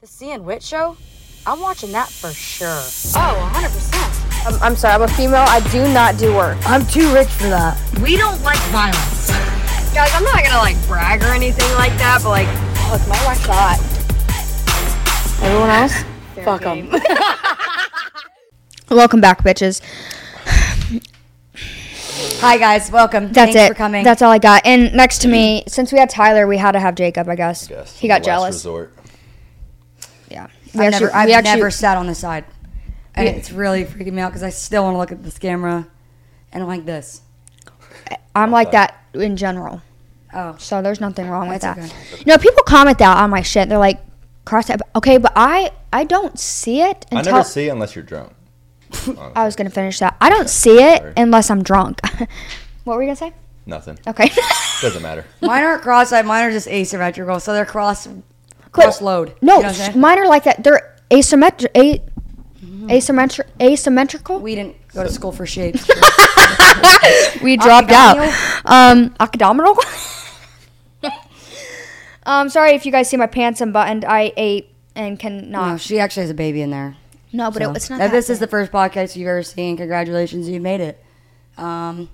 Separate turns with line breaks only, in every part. The CN Wit Show? I'm watching that for sure.
Oh, 100%.
I'm, I'm sorry, I'm a female. I do not do work.
I'm too rich for that.
We don't like violence. Guys, I'm not gonna like brag or anything like that, but like,
Look, my wife's hot. Everyone else? Fuck them. Welcome back, bitches.
Hi guys, welcome.
That's
Thanks
it.
for coming.
That's all I got. And next to me, since we had Tyler, we had to have Jacob, I guess.
Yes,
He got
last
jealous.
Resort.
yeah.
We
I've,
actually-
never, I've
we actually-
never sat on the side, and
We-
it's really freaking me out because I still want to look at this camera, and I'm like this.
I'm like that in general.
Oh,
So there's nothing wrong with
That's
that. No, people comment that on my shit. They're like, cross that. Okay, but I I don't see it
I
until
never see it unless you're drunk.
I was gonna finish that. I don't see it
Sorry.
unless I'm drunk. what were you gonna say?
Nothing.
Okay.
Doesn't matter.
mine aren't cross-eyed. Mine are just asymmetrical, so they're cross
But-
cross load. you know
No,
what I'm saying? Mm-hmm.
mine are like that. They're asymmetric. A- Asymmetri- asymmetrical. We,
we didn't go to school for shapes.
dropped out. Um, academical. um, sorry if you guys see my pants unbuttoned. I ate and
no,
cannot.
Oh, she actually has a baby in there.
No, but
So,
it, it's not.
now
That
this is the first podcast you've ever seen. Congratulations, you've made it. Um,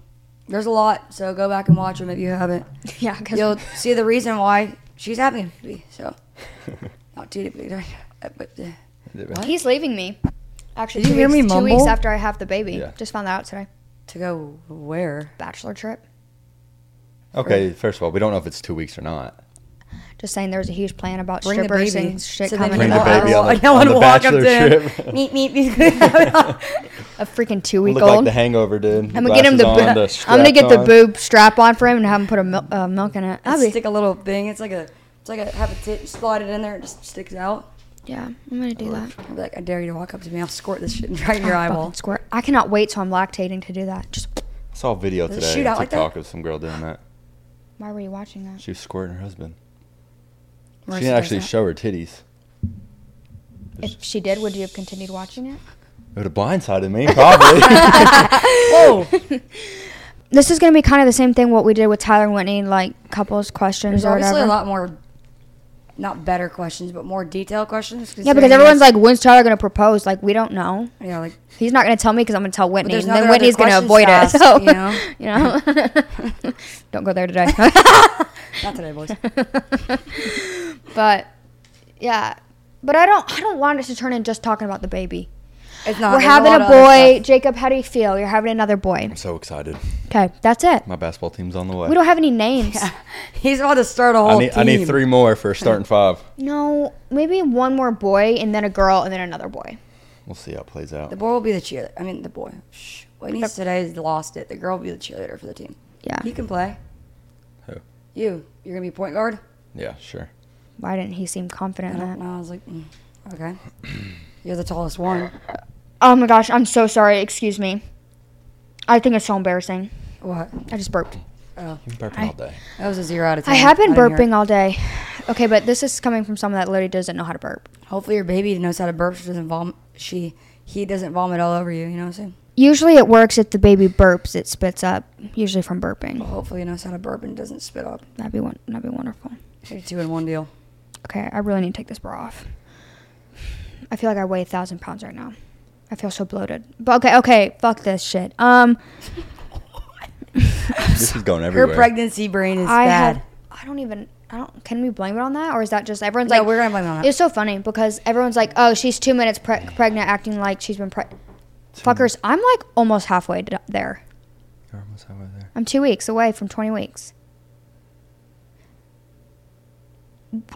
there's a lot, so go back and watch them if you haven't.
yeah. Cause
You'll see the reason why she's having a baby. So, not too deeply, but uh,
he's leaving me. Actually,
Did
two
you hear
weeks,
me
two weeks
mumble?
after I have the baby.
Yeah.
Just found that out today.
to go where?
Bachelor trip.
Okay, first of all, we don't know if it's two weeks or not.
Just saying, there was a huge plan about
Bring the
strippers
baby.
and shit
So then
coming.
we
Bring
in.
the
all-
baby on
I
the,
don't
on
wanna
the
walk up
bachelor
to him.
trip.
Meet meet
a freaking
Look
two-week-old.
like the hangover, dude.
I'm gonna get him the.
Glasses on,
boob.
the
I'm gonna get the
strap on.
boob strap on for him and have him put a mil- uh, milk in it. That'd be-
stick a little thing. It's like a it's like a have a tit slide it in there. It just sticks out.
yeah, I'm gonna do that.
I'd be like, I dare you to walk up to me. I'll squirt this shit right in your eyeball.
Fucking squirt. I cannot wait till I'm lactating to do that. Just
I saw a video
it
today
shoot
on
out like that?
TikTok of some girl doing that.
why were you watching that?
She was squirting her husband.
Marissa
she didn't
does
actually
that.
show her titties.
If she did, would you have continued watching it?
It would have blindsided me, probably.
This is gonna be kind of the same thing what we did with Tyler and Whitney, like couples questions
There's
or
obviously
whatever.
a lot more, not better questions, but more detailed questions.
yeah, because everyone's like, when's Tyler gonna propose? Like, we don't know.
yeah, like
He's not gonna tell me because I'm gonna tell Whitney,
there's
and
no
then
other- other
Whitney's
questions
gonna avoid
to
it.
ask,
So
you know?
you know, don't go there today.
not today, boys.
but yeah, but I don't. I don't want it to turn in just talking about the baby.
It's not.
We're
There's
having
lot
Uh, a
of other
boy. Jacob, how do you feel? You're having another boy.
I'm so excited.
Okay, that's it.
My basketball team's on the way.
We don't have any names.
stuff. He's about to start a whole
I need, I need
team.
three more for a starting five.
No, maybe one more boy and then a girl and then another boy.
We'll see how it plays out.
The boy will be the cheerleader. I mean, the boy. Shh. Whitney's today has lost it. The girl will be the cheerleader for the team.
Yeah.
You can play.
Who?
You. You're gonna be point guard.
Yeah, sure.
Why didn't he seem confident in
I don't
that?
know. I was like, mm, okay. You're the tallest one.
Oh my gosh, I'm so sorry. Excuse me. I think it's so embarrassing.
What?
I just burped.
You've been burping all day.
That was a zero out of ten.
I have been
I didn't hear
burping all day. Okay, but this is coming from someone that literally doesn't know how to burp.
it. Hopefully, your baby knows how to burp. She doesn't vom. She. He doesn't vomit all over you. You know what I'm saying?
Usually it works if the baby burps, it spits up, usually from burping.
Hopefully, he knows how to burp and doesn't spit up.
That'd be one, that'd be wonderful.
You're two in one deal.
Okay, I really need to take this bra off. I feel like I weigh a thousand pounds right now. I feel so bloated. But okay, okay, fuck this shit. Um,
This is going everywhere.
Her pregnancy brain is
I
bad.
had, I don't even, I don't. Can we blame it on that, or is that just everyone's
No,
like?
we're gonna blame it on that.
It's so funny because everyone's like, oh, she's two minutes pre- pregnant, acting like she's been pregnant. Fuckers, I'm like almost halfway d- there.
You're almost halfway there.
I'm two weeks away from 20 weeks.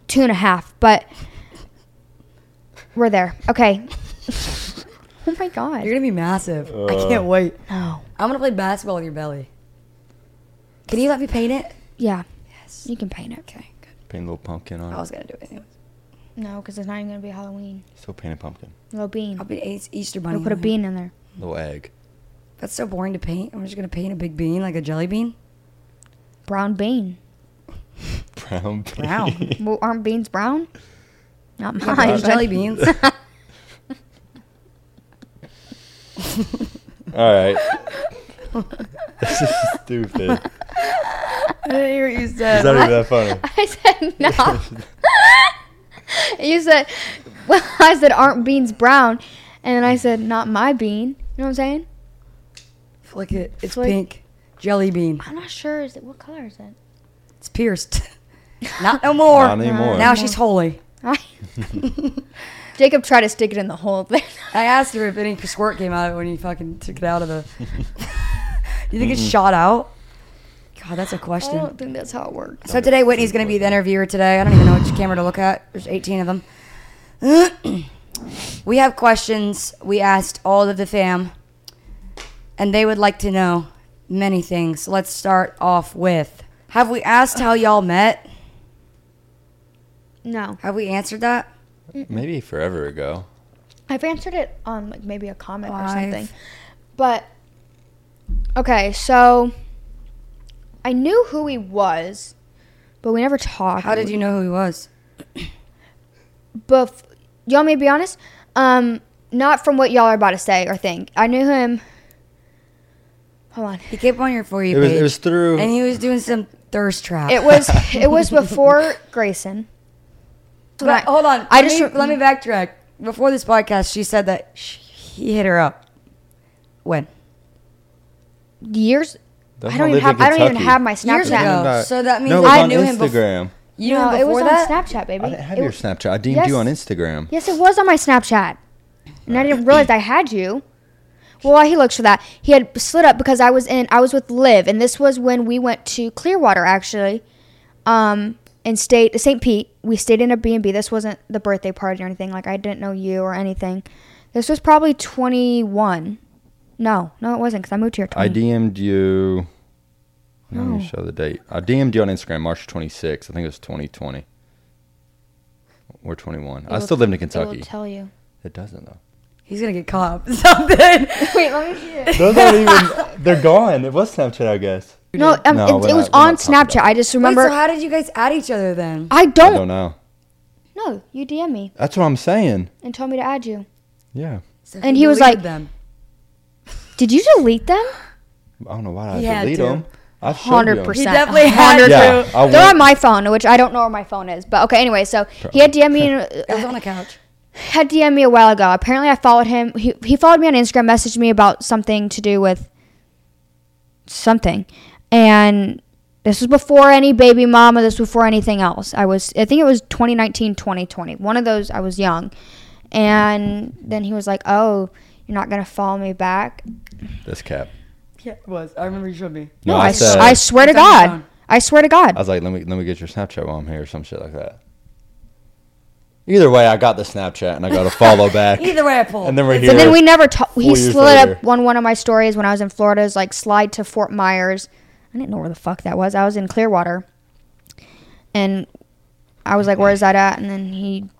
Two and a half, but we're there. Okay. oh my god.
You're gonna be massive. I can't wait.
No.
I'm gonna play basketball with your belly. Can you let me paint it?
Yeah.
Yes.
You can paint it. Okay.
Paint a little pumpkin on
I
it.
was gonna do it anyways.
No, because it's not even gonna be Halloween.
Still paint a pumpkin.
Little bean.
I'll be an Eas- Easter bunny.
We'll put a
on it.
bean in there.
Little egg.
That's so boring to paint. I'm just gonna paint a big bean like a jelly bean.
Brown bean.
Brown bean.
Brown.
well, aren't beans brown? Not mine.
There's
but-
jelly beans.
All right. this is stupid. Is
I didn't hear what you
that
said.
even that funny?
I said no. you said Well, I said, aren't beans brown? And then I said, not my bean. You know what I'm saying?
Flick it. It's
Flick.
pink. Jelly bean.
I'm not sure. Is it what color is it?
It's pierced. Not no more.
Not anymore.
Now she's holy.
Jacob tried to stick it in the hole. But
I asked her if any squirt came out of it when you fucking took it out of the. you think it shot out? God, that's a
I
question.
don't think that's how it works.
So today Whitney's going to be the interviewer today. I don't even know which camera to look at. There's 18 of them. we have questions we asked all of the fam and they would like to know many things. Let's start off with Have we asked how y'all met?
No,
Have we answered that?
Maybe forever ago.
I've answered it on like maybe a comment or
Live.
something. But okay, so I knew who he was, but we never talked.
How did you know who he was?
But y'all may be honest. Um, not from what y'all are about to say or think. I knew him. Hold on.
He came on your for you
It was
page
it was through
and he was doing some thirst trap.
It was it was before Grayson.
But I- hold on.
I
let
just
me,
re-
let me backtrack. Before this podcast, she said that sh he hit her up. When?
years.
Them
I don't even
live in
have. I don't even
Kentucky.
have my
Years
Snapchat.
ago.
No,
So that means
no, it was
I
on
knew him bef-
Instagram.
You knew
No,
him
it
before
was
that?
on Snapchat, baby.
I didn't have
It
your
w-
Snapchat. I DM'd
Yes.
you on Instagram.
yes, it was on my Snapchat, and I didn't realize I had you. Well, while he looks for that, he had slid up because I was in. I was with Liv, and this was when we went to Clearwater actually, um, and stayed St. Pete. We stayed in a B and B. This wasn't the birthday party or anything. Like I didn't know you or anything. This was probably twenty one. No, no, it wasn't because I moved here. at
I
20.
DM'd you. Let me show the date. I DM'd you on Instagram March 26th. I think it was 2020 or 21. I still lived in
It will
Kentucky.
tell you.
It doesn't though.
He's gonna get caught up with something.
Wait, let me see it.
Those aren't even. They're gone. It was Snapchat, I guess.
No, um,
No,
it,
we're
it was
not- we're
on
not talking about
Snapchat. I just remember.
Wait, so how did you guys add each other then?
I
I
don't.
don't know.
No, you DM me
That's what I'm saying.
and told me to add you.
Yeah.
So
And he was
deleted
like-
them.
Did you delete them?
I don't know why I
He had
delete
to.
them. I showed you
Hundred
'em.
percent.
definitely had to.
Yeah. I
They're on
went-
my phone, which I don't know where my phone is. But okay, anyway, so he had DM me and,
It was
uh,
on the couch.
had DM me a while ago. Apparently, I followed him. He he followed me on Instagram, messaged me about something to do with something, and this was before any baby mama. This was before anything else. I was I think it was 2019, 2020. One of those. I was young, and then he was like, "Oh, you're not gonna follow me back."
This cap.
Yeah, it was. I remember you showed me.
No,
I,
I
s-
said.
I swear to
It's on your
God.
phone.
I swear to God.
I was like, let me let me get your Snapchat while I'm here, or some shit like that. Either way, I got the Snapchat and I got a follow back.
Either way, I pulled.
and then we're
It's
here.
But then we never talked. He
Four years
slid
later.
up on one of my stories when I was in Florida. Is like slide to Fort Myers. I didn't know where the fuck that was. I was in Clearwater, and I was like, "Where is that at?" And then he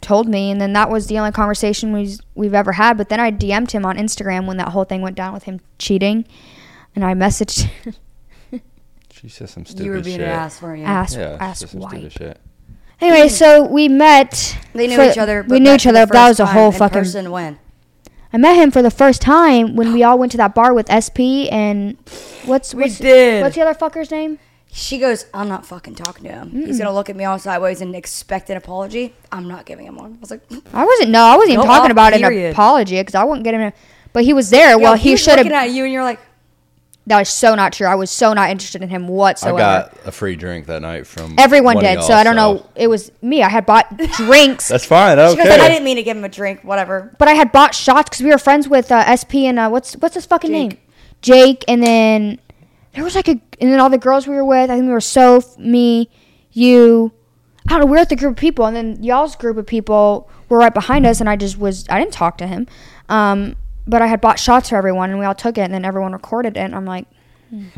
told me, and then that was the only conversation we we've ever had. But then I DM'd him on Instagram when that whole thing went down with him cheating, and I messaged
she said some stupid
You were being
shit.
an ass, weren't you?
ass
Yeah, she said
ass
some stupid
wipe.
shit.
Anyway, so we met.
They knew
for-
each other.
We
but
knew
met
each
for the
other. but That
first
was a
time
whole
in
fucking
Person when?
I met him for the first time when we all went to that bar with SP and what's
We
what's,
did.
what's the other fucker's name?
She goes, I'm not fucking talking to him. He's gonna look at me all sideways and expect an apology. I'm not giving him one. I was like,
I wasn't no, I wasn't even
Go
talking
off,
about an
period.
apology because I wouldn't get him. A, but he was there. well,
yo,
he
was
should
looking
have.
at you, and you're like,
That was so not true. I was so not interested in him whatsoever.
I got a free drink that night from
Everyone
one of
did,
y'all,
so I don't know. It was me. I had bought drinks,
That's fine.
she goes, I
Okay.
didn't mean to give him a drink. Whatever.
but I had bought shots because we were friends with uh, SP and uh, what's what's his fucking
Jake.
name? Jake. And then there was like a and then all the girls we were with. I think we were Soph, me, you. I don't know. We were with the group of people, and then y'all's group of people were right behind us, and I just was I didn't talk to him, um, but I had bought shots for everyone, and we all took it, and then everyone recorded it, and I'm like. hmm.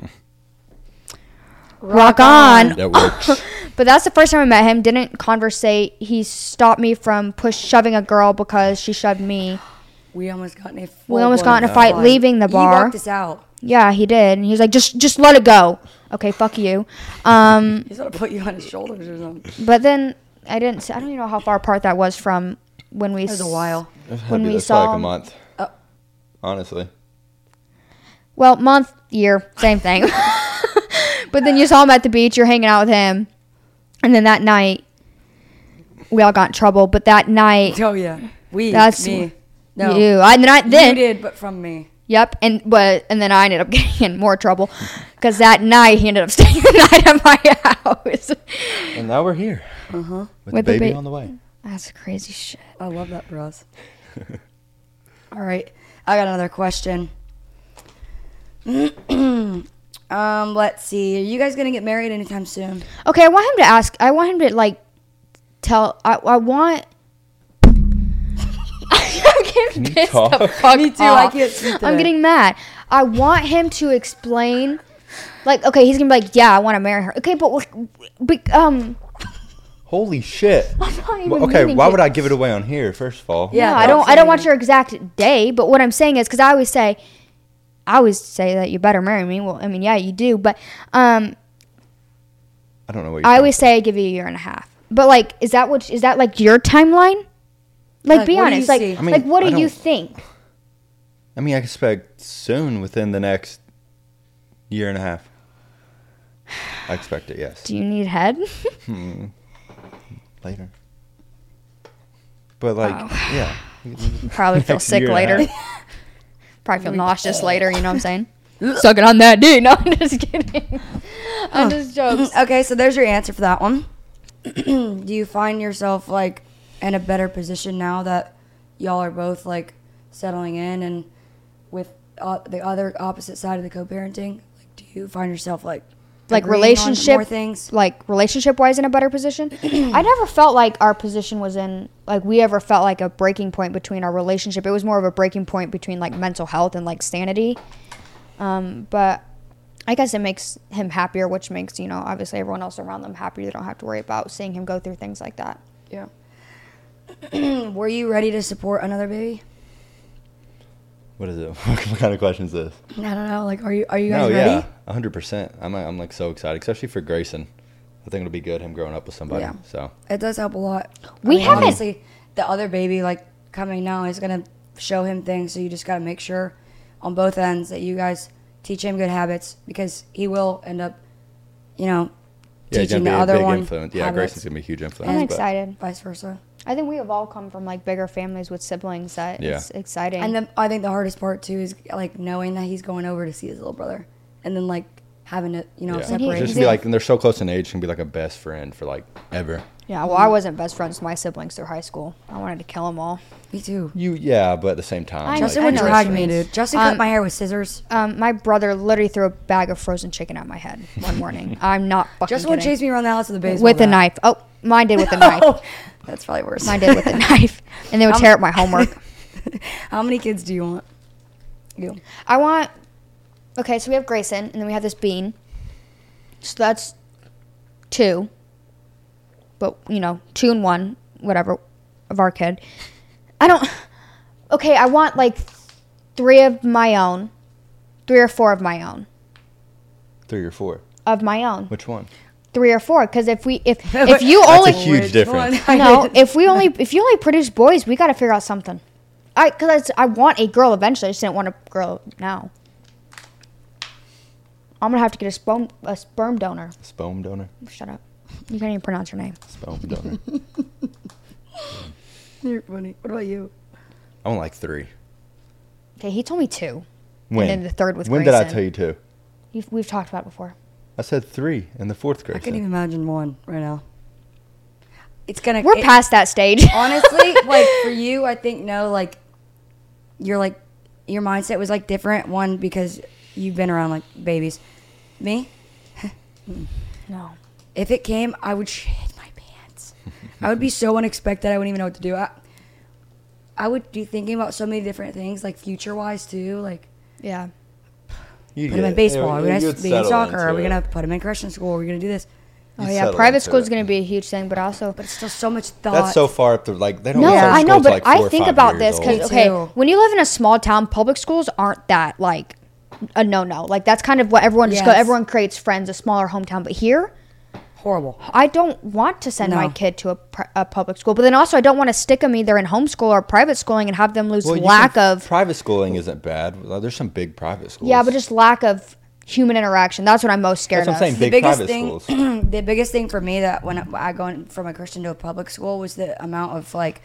Rock on.
That works.
But that's the first time I met him. Didn't conversate. He stopped me from push shoving a girl because she shoved me.
We almost got in a.
We almost got in a
full-blown
fight leaving the
You
bar.
walked us out.
Yeah, he did. And he was like, just just let it go. Okay, fuck you. Um,
He's gonna put you on his shoulders or something.
but then I didn't. s- I don't even know how far apart that was from when we. It
was a while.
When we
that's
saw
like a
him- Oh.
month. Honestly,
Well, month, year, same thing. but then you saw him at the beach. You're hanging out with him, and then that night, we all got in trouble. But that night,
Oh yeah, we.
That's-
me. No,
you, I, and then, I,
you
then
did, but from me.
Yep, and but and then I ended up getting in more trouble because that night he ended up staying the night at my house.
And now we're here. With,
With
the
the
baby
ba-
on the way.
That's crazy shit.
I love that for us. All right, I got another question. um, let's see. Are you guys gonna get married anytime soon?
Okay, I want him to ask. I want him to like tell. I, I want. I'm getting
you
pissed
talk?
the fuck
Me too, I
off.
can't speak
I'm
today.
getting mad. I want him to explain. Like, okay, he's gonna be like, yeah, I want to marry her. Okay, but, like, but um,
Holy shit.
I'm not even
Well, okay,
meaning
why
to-
would I give it away on here, first of all?
Yeah, I
that's
don't. I don't want
amazing.
your exact day, but what I'm saying is because I always say, I always say that you better marry me. Well, I mean, yeah, you do, but um,
I don't know what you're
I always say I give you a year and a half. But like, is that what is that like your timeline? Like,
Like,
be
what do you
honest. Like,
see?
I mean,
like what
I
do you
don't-
think?
I mean, I expect soon, within the next year and a half. I expect it, yes.
Do you need head?
Later. But, like,
Oh.
yeah.
Probably feel
Next
sick
year and a
later.
half.
Probably feel nauseous later. You know what I'm saying? Sucking on that dude. No, I'm just kidding. I'm just joking.
Mm, Okay, so there's your answer for that one. Do you find yourself like in a better position now that y'all are both like settling in and with uh, the other opposite side of the co-parenting? Like, do you find yourself like
Like
agreeing on more
relationship-
things?
like relationship wise in a better position. I never felt like our position was in like we ever felt like a breaking point between our relationship. It was more of a breaking point between like mental health and like sanity. Um, but I guess it makes him happier, which makes you know obviously everyone else around them happy. They don't have to worry about seeing him go through things like that.
Yeah. Were you ready to support another baby?
What is it? what kind of question is this?
I don't know. Like, are you are you
No,
guys
yeah,
ready?
a hundred percent. I'm I'm like so excited, especially for Grayson. I think it'll be good him growing up with somebody.
Yeah.
So
It does help a lot.
We haven't-
obviously the other baby like coming now is gonna show him things, so you just gotta make sure on both ends that you guys teach him good habits because he will end up, you know,
yeah, he's
teaching
gonna be
the
a
other
big
one
influence. Yeah,
habits.
Grayson's gonna be a huge influence.
I'm
but-
excited.
vice versa.
I think we have all come from like bigger families with siblings. That
Yeah.
it's exciting.
And then I think the hardest part too is like knowing that he's going over to see his little brother, and then like having to you know
Yeah.
he-
separate.
Just
he's
be
in-
like, and they're so close in age, can be like a best friend for like ever.
yeah, well, I wasn't best friends with my siblings through high school. I wanted to kill them all.
me too.
You, yeah, but at the same time,
I
like,
know.
Justin would
best
drag me,
friends.
dude. Justin cut my hair with scissors.
Um, my brother literally threw a bag of frozen chicken at my head one morning. I'm not fucking
Justin would
kidding.
chase me around the house with a baseball
with a
bat.
knife. Oh, mine did with a knife.
That's probably worse.
Mine did with a knife, and they would tear up my homework.
How many kids do you want? You.
I want. Okay, so we have Grayson, and then we have this bean. So that's two. But you know, two and one, whatever, of our kid. I don't. Okay, I want like three of my own, three or four of my own,
Three or four.
of my own,
Which one?
three or four. Because if we if if you only
a huge difference.
no, if we only if you only produce boys, we got to figure out something. I because I, want a girl eventually. I just didn't want a girl now. I'm gonna have to get a sperm a sperm donor.
Sperm donor.
Shut up. You can't even pronounce your name.
Sperm donor.
You're funny. What about you?
I want like three.
Okay, he told me two.
When?
then the third was
When did I
Grayson.
tell you two?
You've, we've talked about it before.
I said three in the fourth
I
grade.
can't even imagine one right now. It's gonna.
We're
it-
past that stage.
honestly like for you. I think no, like you're like your mindset was like different. One because you've been around like babies. Me,
no.
if it came, I would shit my pants. I would be so unexpected. I wouldn't even know what to do. I, I would be thinking about so many different things, like future wise too. Like
Yeah.
You
put him in baseball. Are we gonna be in soccer? Are we gonna put him in Christian school? Are we gonna do this?
oh yeah. Private school is gonna be a huge thing, but also.
But it's still so much thought.
That's so far up there. Like they don't.
No,
start
I
school
know,
till,
but
like, four
I
or
think
five
about
years
this
old.
because
Me
okay,
too.
when you live in a small town, public schools aren't that like a no no. Like that's kind of what everyone just go.
Yes.
Everyone creates friends, a smaller hometown. But here,
horrible.
I don't want to send my
No.
kid to a, pri- a public school. But then also, I don't want to stick them either in homeschool or private schooling and have them lose
Well, you
lack
can-
of
private schooling isn't bad. Well, There's some big private schools.
yeah, but just lack of human interaction. That's what I'm most scared
That's what I'm saying.
of.
Big
biggest
private
thing,
schools.
the biggest thing for me that when I go in from a Christian to a public school was the amount of like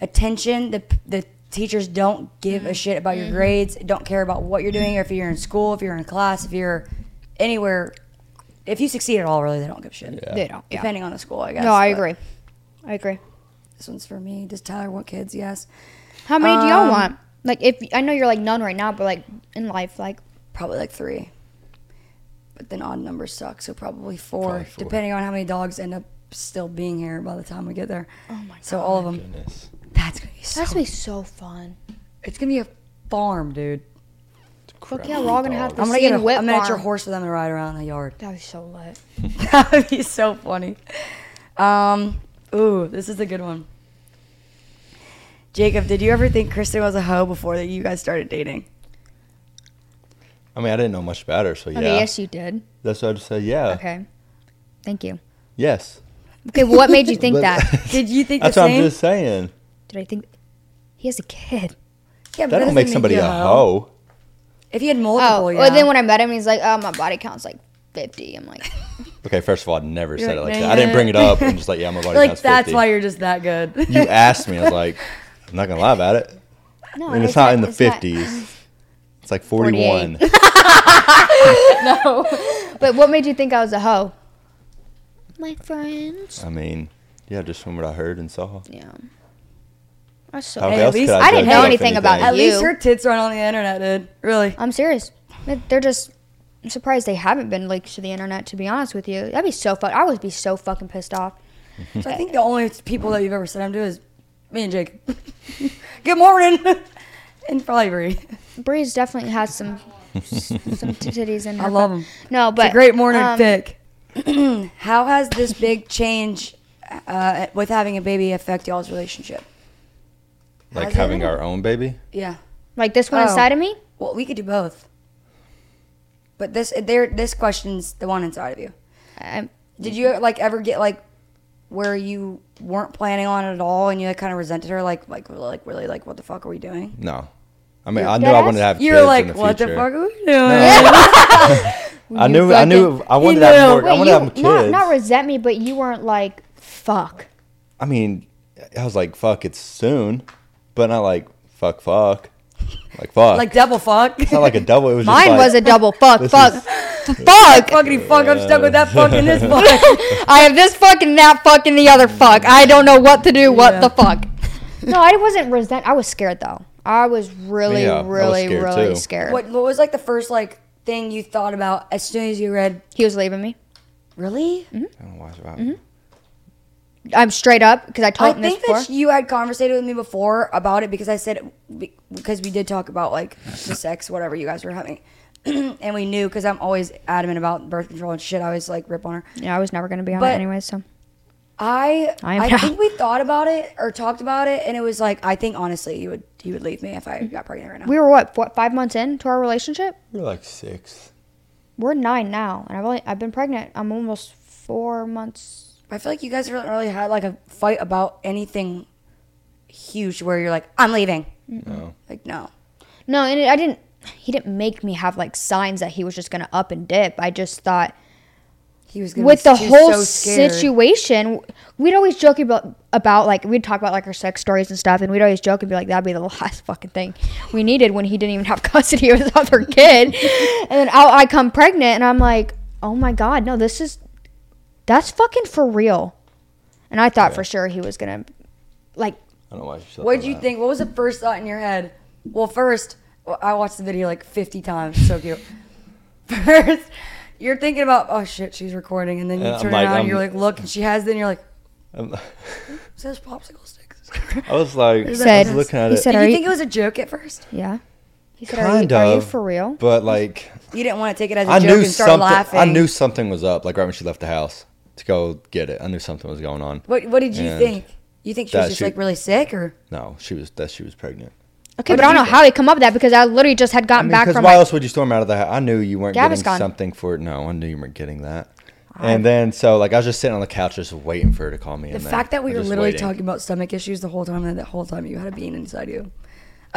attention the the teachers don't give a shit about your
Mm-hmm.
grades, don't care about what you're doing, or if you're in school, if you're in class, if you're anywhere. If you succeed at all, really, they don't give a shit.
Yeah.
They don't. Yeah.
Depending on the school, I guess.
No, I
but
agree. I agree.
This one's for me. Does Tyler want kids? Yes,
How many do y'all
Um,
want? Like, if I know you're like none right now, but like in life, like
probably like three. But then odd numbers suck, so probably four,
Probably four.
depending on how many dogs end up still being here by the time we get there. Oh my So all of them.
Goodness.
That's gonna be so.
that's gonna be so fun.
It's gonna be a farm, dude.
Fuck yeah, we're all gonna have
dog.
the
I'm gonna
same
get a,
whip
a miniature
barn.
horse for them to ride around the yard.
That'd be so lit.
That'd be so funny. Um, ooh, this is a good one. Jacob, did you ever think Kristen was a hoe before that you guys started dating?
I mean, I didn't know much about her, so yeah.
Okay, Oh, yes, you did.
That's what I'd say. Yeah.
Okay, thank you.
Yes.
Okay, well, what made you think
But-
that?
Did you think the
That's what I'm
same?
just saying.
Did I think he has a
yeah,
kid?
but
That don't
doesn't
make
make
somebody
you
a hoe.
If you had
Oh,
multiple, yeah.
well, then when I met him, he's like, "Oh, my body count's like 50." I'm like,
Okay, first of all, I never said it
like,
like
no,
that.
you
I didn't
didn't.
bring it up. I'm just like, yeah, my body
like
counts
that's
50.
why you're just that good.
you asked me. I was like, I'm not gonna lie about it.
"No,
And it's not in the 50s. It's like 41.
But what made you think I was a hoe? My friends.
I mean, yeah, just from what I heard and saw.
Yeah. That's so.
How
Hey, at
else
least-
could I,
I
judge
didn't
her
know
for
anything about
At least
You.
her tits aren't on the internet, dude. Really?
I'm serious. They- They're just. I'm surprised they haven't been leaked to the internet. To be honest with you, that'd be so fun. I would be so fucking pissed off.
So I think the only people that you've ever said I'm to is me and Jake. Good morning, and probably Bree.
Breeze definitely has some some titties in her.
I love them.
No, but
it's a great morning
um,
pick. How has this big change uh, with having a baby affect y'all's relationship?
Like having our own baby.
Yeah.
Like this one
Oh.
inside of me.
Well, we could do both. But this there this question's the one inside of you.
I'm,
Did you like ever get like where you weren't planning on it at all and you like, kind of resented her like like like really like what the fuck are we doing?
No. I mean,
You're
I knew
dead
I
ass?
wanted to have
You
kids
were
in
like
the
what the
future.
fuck are we doing?
I knew, I
fucking-
knew, I wanted to
You
have
knew.
more, I wanted to
you,
have kids.
not not resent me, but you weren't like fuck.
I mean, I was like, fuck, it's soon, but not like, fuck, fuck. Like, fuck.
Like double fuck.
it's not like a double. It was just
Mine
like,
was a double fuck,
this
fuck,
is-
fuck.
Fuckity fuck, I'm stuck with that fuck and this fuck.
I have this fuck and that fuck and the other fuck. I don't know what to do. What
Yeah.
the fuck? no, I wasn't resent. I was scared though. I was really,
Yeah, I was
really,
scared,
really
too.
scared.
what, what was like the first like thing you thought about as soon as you read
He was leaving me.
really?
I don't know why- why-
Mm-hmm. I'm straight up because I
I
told him this
think
before.
that you had conversated with me before about it because I said because we did talk about like the sex whatever you guys were having. and we knew because I'm always adamant about birth control and shit. I always like rip on her.
yeah, I was never gonna be on
But-
it anyway. So
I
I
I,
am now.
think we thought about it or talked about it, and it was like I think honestly you would you would leave me if I got pregnant right now.
we were what, what five months into our relationship?
We're like six.
We're nine now, and I've only I've been pregnant. I'm almost four months.
I feel like you guys haven't really had like a fight about anything huge where you're like I'm leaving.
No.
Like no,
No, and it, I didn't. He didn't make me have like signs that he was just gonna up and dip. I just thought
he was gonna
with
be,
the
he was
whole
so scared.
situation, we'd always joke about, about like we'd talk about like our sex stories and stuff, and we'd always joke and be like, "That'd be the last fucking thing we needed when he didn't even have custody of his other kid." and then out I come pregnant, and I'm like, "Oh my god, no, this is that's fucking for real." And I thought for sure he was gonna like
I don't know why she said
What did
that.
you think? What was the first thought in your head? Well, first, well, I watched the video like 50 times. So cute. First, you're thinking about, oh shit, she's recording. And then you
Yeah, I'm
turn
like,
it on and you're
I'm-
like, look, and she has, then you're like,
Um,
is those popsicle sticks?
I was like,
said-
I was looking at
he
it,
said-
Did
Are
you
you-
think it was a joke at first?
yeah. He said, are
kind
you,
of,
"Are you for real?"
But like,
You didn't want to take it as a
I
joke
knew
and start
something.
laughing.
I knew something was up. Like right when she left the house to go get it, I knew something was going on.
What, what did you
And
think? You think she was
that
just
she-
like really sick or?
No, she was that she was pregnant.
Okay, but I don't know how he come up with that because I literally just had gotten back
Because
from
why
my
else would you storm out of the house? I knew you weren't
Gavin's
getting
gone.
something for it. No, I knew you weren't getting that. And then so like I was just sitting on the couch just waiting for her to call me.
The fact that we were literally talking about stomach issues the whole time and the whole time you had a bean inside you.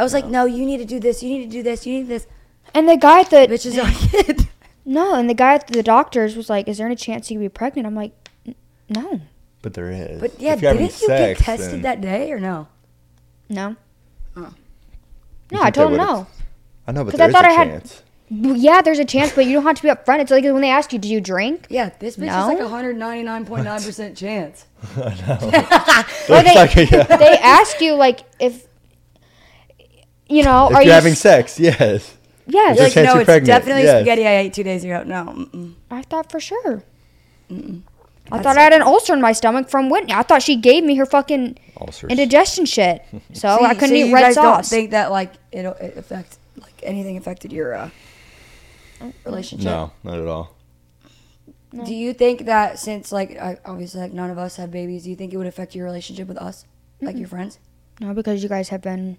I was like, no, you need to do this. You need to do this. You need this.
and the guy at the
Bitch is our kid.
No, and the guy at the doctor's was like, "Is there any chance you could be pregnant?" I'm like, "N- "No,
But there is.
But yeah,
If you're having
didn't you
sex,
get tested
then-
that day or no?
no."
Oh.
No, I
You think they
told him
would've-
no.
I know, but
'Cause I
there's
thought
a
I had-
chance.
Well, Yeah, there's a chance, but you don't have to be up front. It's like when they ask you, "Do you drink?"
Yeah, this bitch
No?
is like 199.9% chance.
Or they,
Like, yeah.
they ask you like if you know,
If
are
you're
you
having
s-
sex, yes.
Yes,
You're
Like,
chance
no,
you're
it's
pregnant,
definitely
yes.
spaghetti I ate two days ago. No. Mm-mm.
I thought for sure. I thought I had an ulcer in my stomach from Whitney. I thought she gave me her fucking
Ulcers.
indigestion shit, so Oh, I couldn't eat
you
red
guys
sauce.
Don't think that like it'll it affect like anything affected your uh, relationship?
No, not at all.
Do you think that since like I, obviously like none of us have babies, do you think it would affect your relationship with us, like your friends?
no, because you guys have been,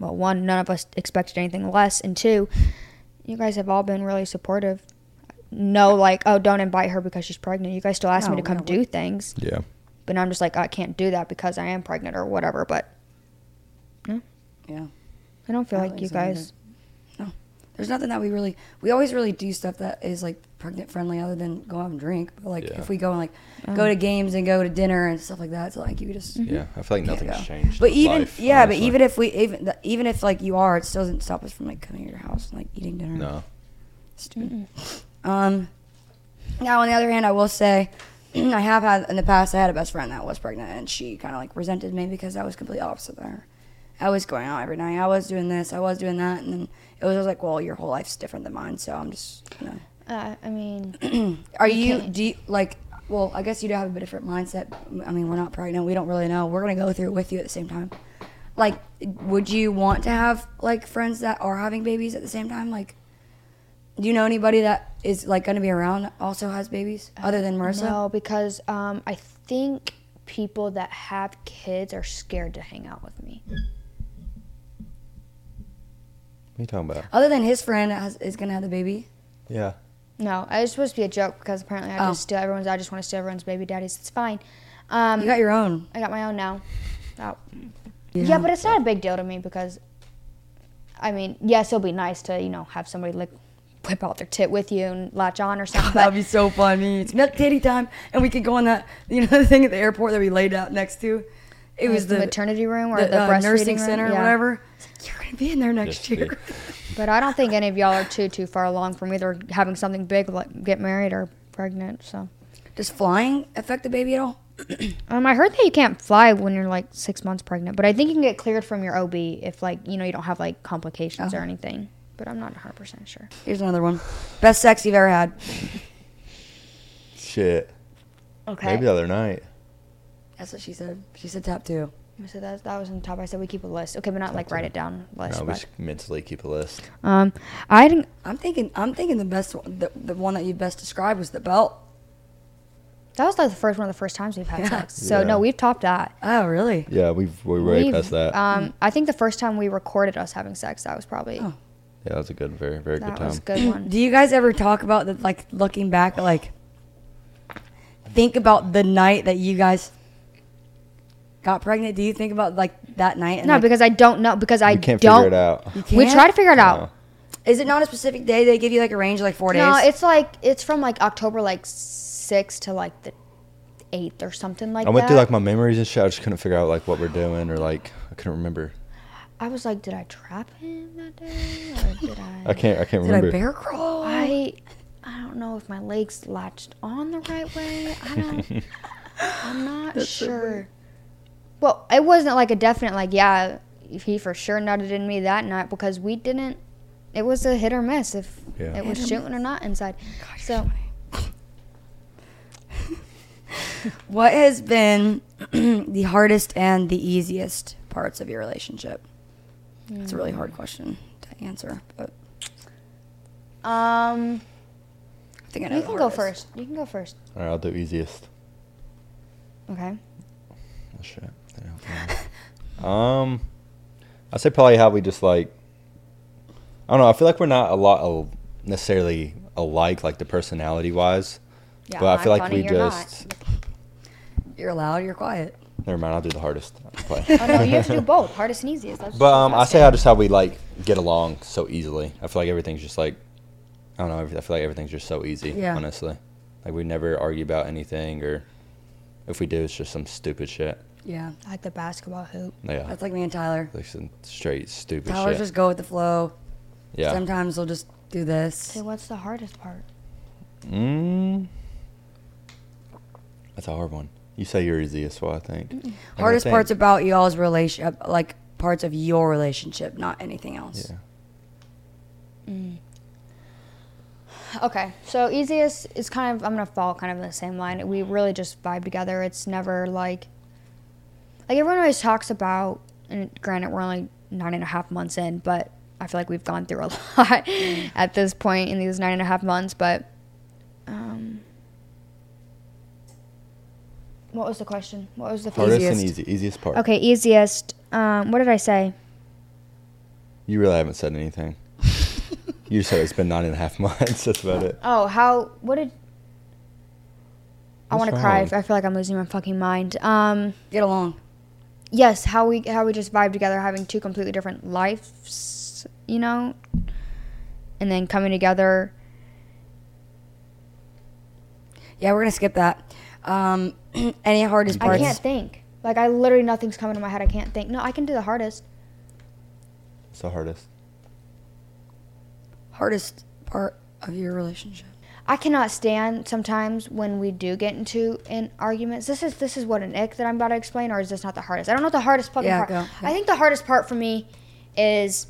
well, one, none of us expected anything less, and two, you guys have all been really supportive. No, like, oh, don't invite her because she's pregnant. You guys still ask me
No,
to come
no,
do things,
Yeah.
but I'm just like, I can't do that because I am pregnant or whatever. But
Yeah.
I don't feel
I don't
like
think
you
so
guys.
There's nothing that we really we always really do stuff that is like pregnant friendly other than go out and drink. But like
Yeah. Mm-hmm.
if we go and like go to games and go to dinner and stuff like that, so like you just
Yeah. I feel
can't
like nothing's
go.
changed.
But
in
even
life,
yeah,
honestly.
but even if we even the, even if like you are, it still doesn't stop us from like coming to your house and like eating dinner.
No.
Stupid. Um. Now, on the other hand, I will say, I have had in the past. I had a best friend that was pregnant, and she kind of like resented me because I was completely opposite to her. I was going out every night. I was doing this. I was doing that, and then it was, just like, well, your whole life's different than mine, so I'm just. You know.
Uh, I mean,
Are you do you like? Well, I guess you do have a different mindset. I mean, we're not pregnant. We don't really know. We're gonna go through it with you at the same time. Like, would you want to have like friends that are having babies at the same time? Like, do you know anybody that is like gonna be around that also has babies other than Marissa?
No, because um, I think people that have kids are scared to hang out with me.
What are you talking about?
Other than his friend that has, is gonna have the baby.
Yeah.
No, it was supposed to be a joke because apparently I
Oh.
just steal everyone's. I just want to steal everyone's baby daddies. It's fine. Um,
You got your own.
I got my own now. Oh. Yeah. but it's not a big deal to me because, I mean, yes, it'll be nice to you know have somebody like whip out their tit with you and latch on or something.
That'd
But
be so funny. It's milk titty time, and we could go on that you know the thing at the airport that we laid out next to. It
like,
was
Uh, the,
the,
maternity room or
the,
the,
uh,
breastfeeding
nursing
room.
center or
Yeah.
whatever. It's like, You're gonna be in there next
Just the-
year.
But I don't think any of y'all are too too far along from either having something big like get married or pregnant. So.
Does flying affect the baby at all?
Um, I heard that you can't fly when you're like six months pregnant, but I think you can get cleared from your OB if like you know you don't have like complications or anything. But I'm not 100 percent sure.
Here's another one. Best sex you've ever had.
Shit.
Okay.
Maybe the other night.
That's what she said. She said top two.
So that that was on the top. I said we keep a list. Okay, but not like write it down list.
No, we
but-
just mentally keep a list.
um, I didn't.
I'm thinking. I'm thinking the best one. The, the one that you best described was the belt.
That was like the first one of the first times we've had sex. So
Yeah.
no, we've topped that.
Oh really?
Yeah, we've we're way
We've,
past that.
Um, I think the first time we recorded us having sex, that was probably
Oh,
Yeah, that was a good, very, very good
that
time.
was a good one.
Do you guys ever talk about the like looking back? Like, think about the night that you guys got pregnant. Do you think about like that night? And,
No,
like,
because I don't know. Because I
we can't
don't.
figure it out.
you can't.
We try to figure it out.
No.
Is it not a specific day? They give you like a range, of, like four days.
No, it's like it's from like October like sixth to like the eighth or something like
I
that.
went through like my memories and shit. I just couldn't figure out like what we're doing or like I couldn't remember.
I was like, did I trap him that day or did I?
I can't I can't
Did I
remember.
bear crawl?
I I don't know if my legs latched on the right way. I don't. I'm not sure. well, it wasn't like a definite like yeah. If he for sure nutted in me that night because we didn't. It was a hit or miss if
Yeah.
it was shooting or not inside. so
What has been the hardest and the easiest parts of your relationship? It's a really
Hmm.
hard question to answer, but
um,
I think I know.
you
the
can go
hardest.
first. You can go first.
All right, I'll do easiest.
Okay.
Oh, shit. I don't know. um, I say probably how we just like. I don't know. I feel like we're not a lot al- necessarily alike, like the personality wise.
Yeah,
but I feel
I'm
like
funny,
we
you're not.
just.
You're loud. You're quiet.
Never mind. I'll do the hardest. Play.
Oh no, you have to do both, hardest and easiest. That's
But um, I
that's
say
good.
how just how we like get along so easily. I feel like everything's just like I don't know. every- I feel like everything's just so easy.
Yeah.
Honestly, like we never argue about anything, or if we do, it's just some stupid shit.
Yeah.
Like the basketball hoop.
Yeah.
That's like me and Tyler.
Like some straight stupid
Tyler
shit.
just go with the flow.
yeah.
Sometimes he'll just do this.
Okay, what's the hardest part?
Mm. That's a hard one. You say you're easy, that's why I think. Like, I
Mm. Hardest
think-
parts about y'all's relationship, like parts of your relationship, not anything else.
Yeah.
Okay, so easiest is kind of I'm gonna fall kind of in the same line. We really just vibe together. It's never like like everyone always talks about. And granted, we're only nine and a half months in, but I feel like we've gone through a lot at this point in these nine and a half months. But um, what was the question? What was the
Hardest
easiest?
and easy. Easiest part.
Okay, easiest. Um, what did I say?
You really haven't said anything. you just said it's been nine and a half months. That's about it.
Oh, how? What did? I
What's
want to cry.
wrong?
I feel like I'm losing my fucking mind. Um.
Get along.
yes, how we how we just vibe together, having two completely different lives, you know, and then coming together.
Yeah, we're gonna skip that. Um, any hardest
I
parts?
can't think. Like I literally nothing's coming to my head. I can't think. No, I can do the hardest.
It's the hardest.
Hardest part of your relationship.
I cannot stand sometimes when we do get into an arguments. This is this is what an ick that I'm about to explain, or is this not the hardest? I don't know what the hardest fucking
Yeah,
part.
go, go.
I think the hardest part for me is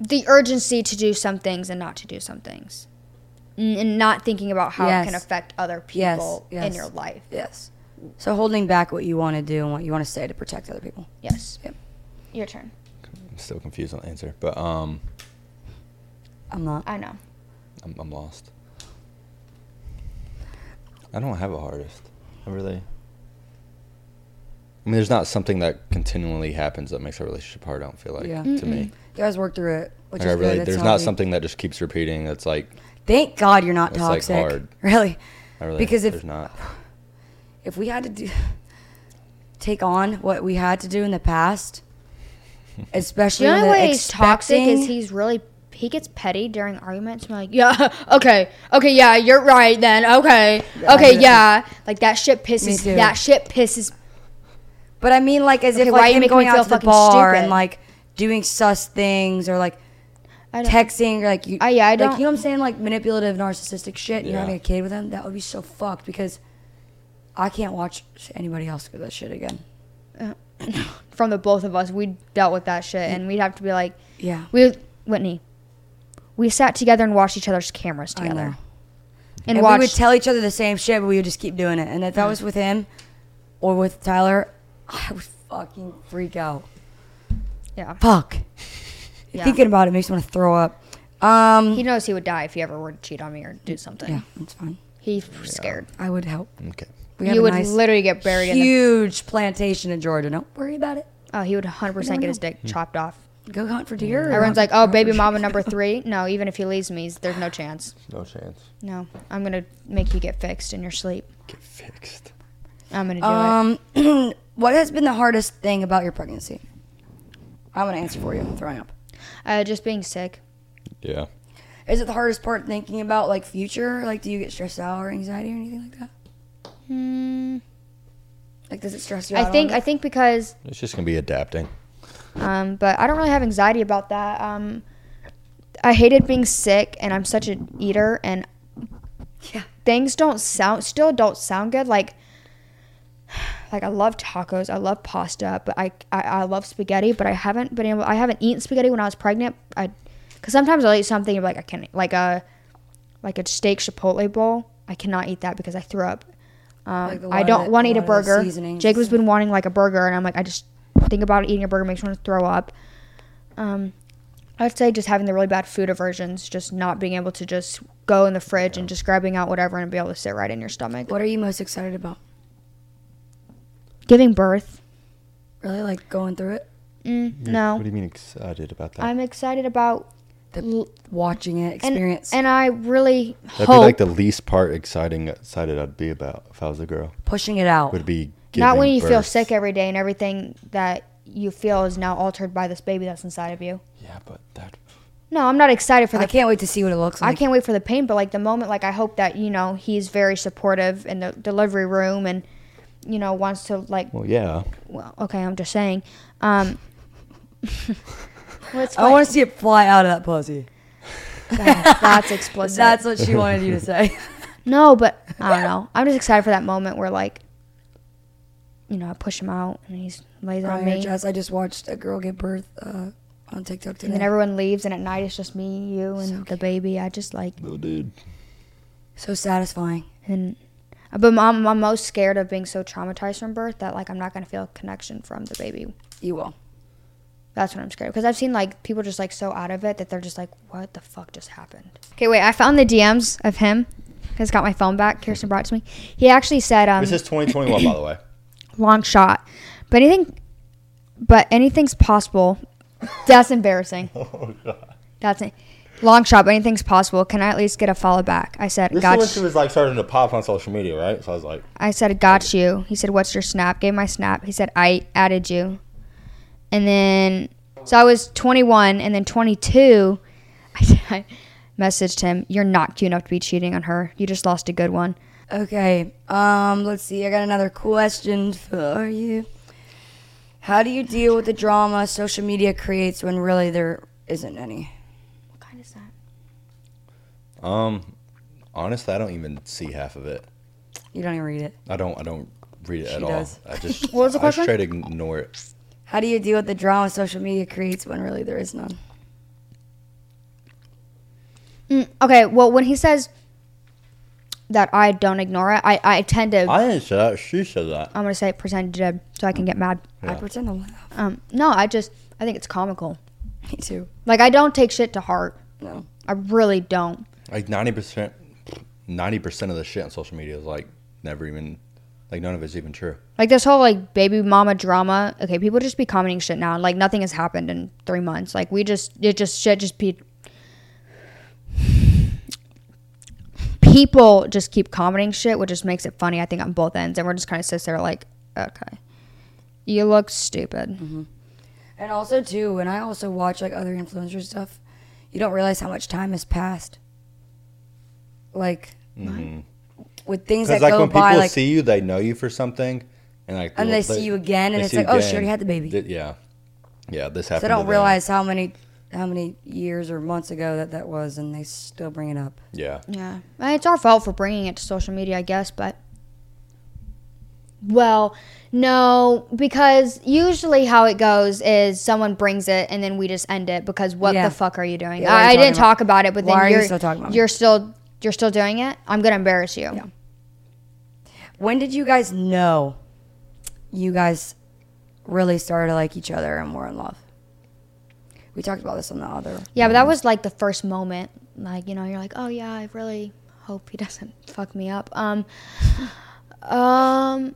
the urgency to do some things and not to do some things, N- and not thinking about how it can
Yes.
affect other
Yes,
people in
yes.
your life.
Yes. So holding back what you want to do and what you want to say to protect other people.
Yes.
Yep.
Your turn.
I'm still confused on the answer, but um,
I'm not.
I know.
I'm, I'm lost. I don't have a hardest. I really. I mean, there's not something that continually happens that makes a relationship hard. I don't feel like
Yeah.
to me.
You guys work through it, which
Like I
is
really,
good. That's
there's not
healthy.
something that just keeps repeating. That's like
Thank God you're not
It's, like,
toxic.
hard.
Really.
I really
Because if-
there's not.
If we had to do take on what we had to do in the past, especially
The only
the
way he's toxic is
expecting-
he's really he gets petty during arguments. And like, yeah, okay, okay, yeah, you're right then. Okay, okay, yeah, like that shit pisses
too.
that shit pisses.
But I mean, like, as
Okay,
if
why
like
you
him
make me
going
feel
out to the
fucking
bar
stupid?
and like doing sus things or like
I don't,
texting, or, like you,
I- yeah, I
like
don't-
you know what I'm saying, like manipulative, narcissistic shit. and You're
Yeah.
having a kid with him. That would be so fucked because I can't watch anybody else do that shit again.
from the both of us, we dealt with that shit, and we'd have to be like,
Yeah,
we Whitney, we sat together and watched each other's cameras
I know.
together,
And,
and,
we would
watched.
tell each other the same shit, but we would just keep doing it. And if that was with him or with Tyler, I would fucking freak out.
yeah,
Fuck.
yeah.
Thinking about it makes me want to throw up. Um,
he knows he would die if he ever were to cheat on me or do something.
yeah, it's fine.
He's scared.
I would help.
Okay.
We
You
a
would literally get buried in the-
huge plantation in Georgia. Don't worry about it.
Oh, he would 100% get his dick
Hmm.
chopped off.
Go hunt for deer. or
Everyone's
hunt-
like, oh,
hunt for
baby
sheep."
mama number three. No, even if he leaves me, there's no chance.
No chance.
No, I'm gonna make you get fixed in your sleep.
Get fixed.
I'm gonna do
Um, what has been the hardest thing about your pregnancy? I'm gonna answer for you. I'm throwing up.
it. Uh, just being sick.
Yeah.
Is it the hardest part thinking about like future? Like, do you get stressed out or anxiety or anything like that?
Hmm.
Like, does it stress you
I
out?
think
I
I think because
It's just gonna be adapting.
um, but I don't really have anxiety about that. Um, I hated being sick, and I'm such an eater, and
Yeah.
things don't sound still don't sound good. Like, like I love tacos, I love pasta, but I I, I love spaghetti, but I haven't been able. I haven't eaten spaghetti when I was pregnant. I, because sometimes I'll eat something and be like I can't like a like a steak chipotle bowl. I cannot eat that because I threw up. Um,
Like a lot
I
of
don't
the-
want to eat
a
a
lot of the
burger.
seasonings.
Jake was been wanting like a burger, and I'm like, I just think about eating a burger makes me want to throw up. Um, I'd say just having the really bad food aversions, just not being able to just go in the fridge and just grabbing out whatever and be able to sit right in your stomach.
What are you most excited about?
Giving birth?
Really, like going through it,
Mm, no,
What do you mean excited about that?
I'm excited about
the, watching it,
and,
experience,
and I really
That'd
hope
be like the least part exciting excited I'd be about if I was a girl.
pushing it out.
Would be
not when
giving
you feel
birth.
sick every day and everything that you feel is now altered by this baby that's inside of you.
Yeah, but that
No, I'm not excited for the
I can't wait to see what it looks like.
I can't wait for the pain, but like the moment, like I hope that you know he's very supportive in the delivery room and you know wants to like.
Well, yeah.
Well, okay, I'm just saying. Um, let's
I want to see it fly out of that pussy.
that's explicit.
That's what she wanted you to say.
no, but I don't know. I'm just excited for that moment where like, you know, I push him out and he's lays on
Brian
me,
and Jess, I just watched a girl give birth uh, on TikTok
and then
today.
everyone leaves, and at night it's just me, you, and the baby. I just like
Little dude.
So satisfying.
and. But I'm, I'm most scared of being so traumatized from birth that like I'm not gonna feel a connection from the baby
You will.
That's what I'm scared of. Because I've seen like people just like so out of it that they're just like, what the fuck just happened? Okay, wait. I found the DMs of him. Has got my phone back. Kirsten brought it to me. He actually said, um,
This is 2021, by the way.
long shot, but anything, but anything's possible. That's embarrassing. That's it. Long shot, but anything's possible. Can I at least get a follow back? I said,
This
got
is when she was like starting to pop on social media, right? So I was like,
I said, got you. He said, what's your snap? Gave my snap. He said, I added you. And then, so I was 21, and then 22, I, I messaged him, you're not cute enough to be cheating on her. You just lost a good one.
Okay. Um. Let's see. I got another question for you. How do you deal with the drama social media creates when really there isn't any?
What kind is that?
um, honestly, I don't even see half of it.
You don't even read it.
I don't. I don't read it at
does.
all. I just.
What was the question?
I straight ignore it.
How do you deal with the drama social media creates when really there is none?
Mm, okay, well, when he says that I don't ignore it, I, I tend to, I,
I didn't say that. She said that.
am going to say pretend you did so I can get mad.
I pretend to laugh.
Um, no, I just, I think it's comical.
Me too.
Like, I don't take shit to heart.
No.
I really don't.
Like 90 percent, 90 percent of the shit on social media is like never even, like none of it's even true.
Like this whole like baby mama drama. Okay, people just be commenting shit now. Like nothing has happened in three months. Like we just it just shit just be. People just keep commenting shit, which just makes it funny. I think on both ends, and we're just kind of sits there like, okay, you look stupid.
And also too, when I also watch like other influencer stuff, you don't realize how much time has passed. Like with things that
Because Mm-hmm. like
go
when people
by, like
see you, they know you for something, and like
and they see you again, and it's like, oh, she already had the baby.
Th- yeah, yeah. This
so
happened.
I
to
don't
them.
realize how many how many years or months ago that that was, and they still bring it up.
Yeah,
Yeah. And It's our fault for bringing it to social media, I guess, but. Well, no, because usually how it goes is someone brings it and then we just end it because what
Yeah.
the fuck are you doing?
Yeah, what are you
I, I didn't
talking about?
talk about it, but
Why
then
are you
you're
still talking about me?
you're still you're still doing it. I'm gonna embarrass you.
When did you guys know you guys really started to like each other and were in love? We talked about this on the other.
Yeah, but that was like the first moment. Like, you know, you're like, oh yeah, I really hope he doesn't fuck me up. Um, um,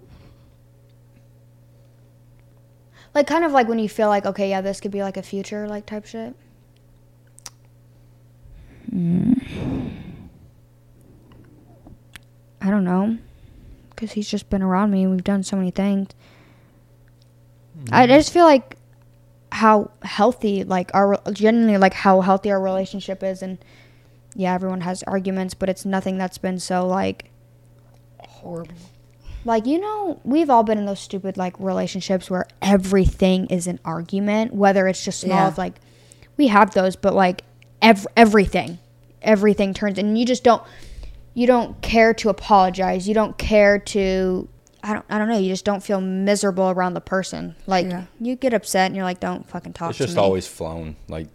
like kind of like when you feel like, okay, yeah, this could be like a future like type shit. Hmm. I don't know, because he's just been around me and we've done so many things. I just feel like how healthy like our generally like how healthy our relationship is and yeah everyone has arguments but it's nothing that's been so like
Horrible.
like you know we've all been in those stupid like relationships where everything is an argument whether it's just small
Yeah.
if, like we have those but like ev- everything everything turns and you just don't you don't care to apologize you don't care to I don't, I don't know you just don't feel miserable around the person like
Yeah.
you get upset and you're like don't fucking talk
it's
to
just
me.
always flown. Like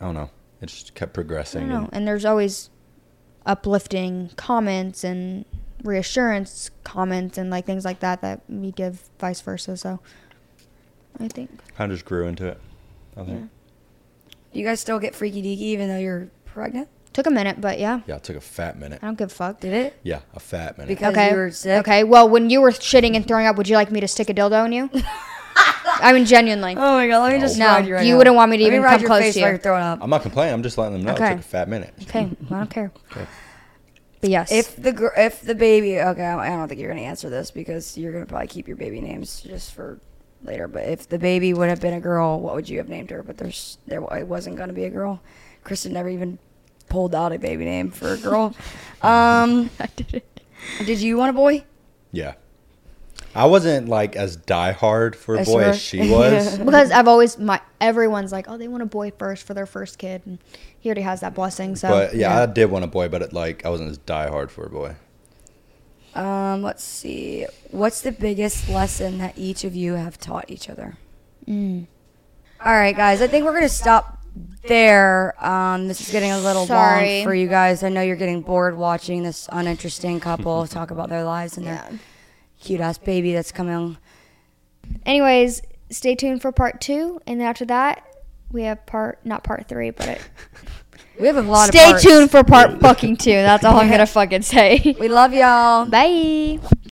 I don't know. It just kept progressing.
I know.
and-
And there's always uplifting comments and reassurance comments and like things like that that we give vice versa. So I think
kind of just grew into it. I think.
You guys still get freaky deaky even though you're pregnant?
took a minute, but yeah, Uh,
Yeah. it took a fat minute.
I don't give a fuck.
Did it?
Yeah, a fat minute.
Because
Okay.
you were sick.
Okay. Well, when you were shitting and throwing up, would you like me to stick a dildo in you? I mean, genuinely.
Oh my god, let me just
No,
ride you right
you
now.
wouldn't want me to
Let
even
ride
come
your
close
face
to
while
you.
you're throwing up.
I'm not complaining. I'm just letting them know
Okay.
it took a fat minute.
Okay. I don't care. But yes.
If the gr- if the baby okay, I I don't think you're gonna answer this because you're gonna probably keep your baby names just for later. But if the baby would have been a girl, what would you have named her? But there's there wa- it wasn't gonna be a girl. Kristen never even pulled out a baby name for a girl. um,
I did it.
did you want a boy?
Yeah. I wasn't like as diehard for a
As
boy
her.
as she was.
Because I've always my everyone's like, oh, they want a boy first for their first kid, and he already has that blessing. So
but yeah, I did want a boy, but it, like I wasn't as diehard for a boy.
Um, let's see. What's the biggest lesson that each of you have taught each other?
Mm.
All right, guys. I think we're gonna stop there. Um, this is getting a little
Sorry.
long for you guys. I know you're getting bored watching this uninteresting couple talk about their lives and their cute ass baby that's coming.
Anyways, stay tuned for part two, and then after that, we have part not part three, but it,
We have a lot of
stay
parts.
tuned for part fucking two. That's all I'm gonna fucking say.
We love y'all.
Bye.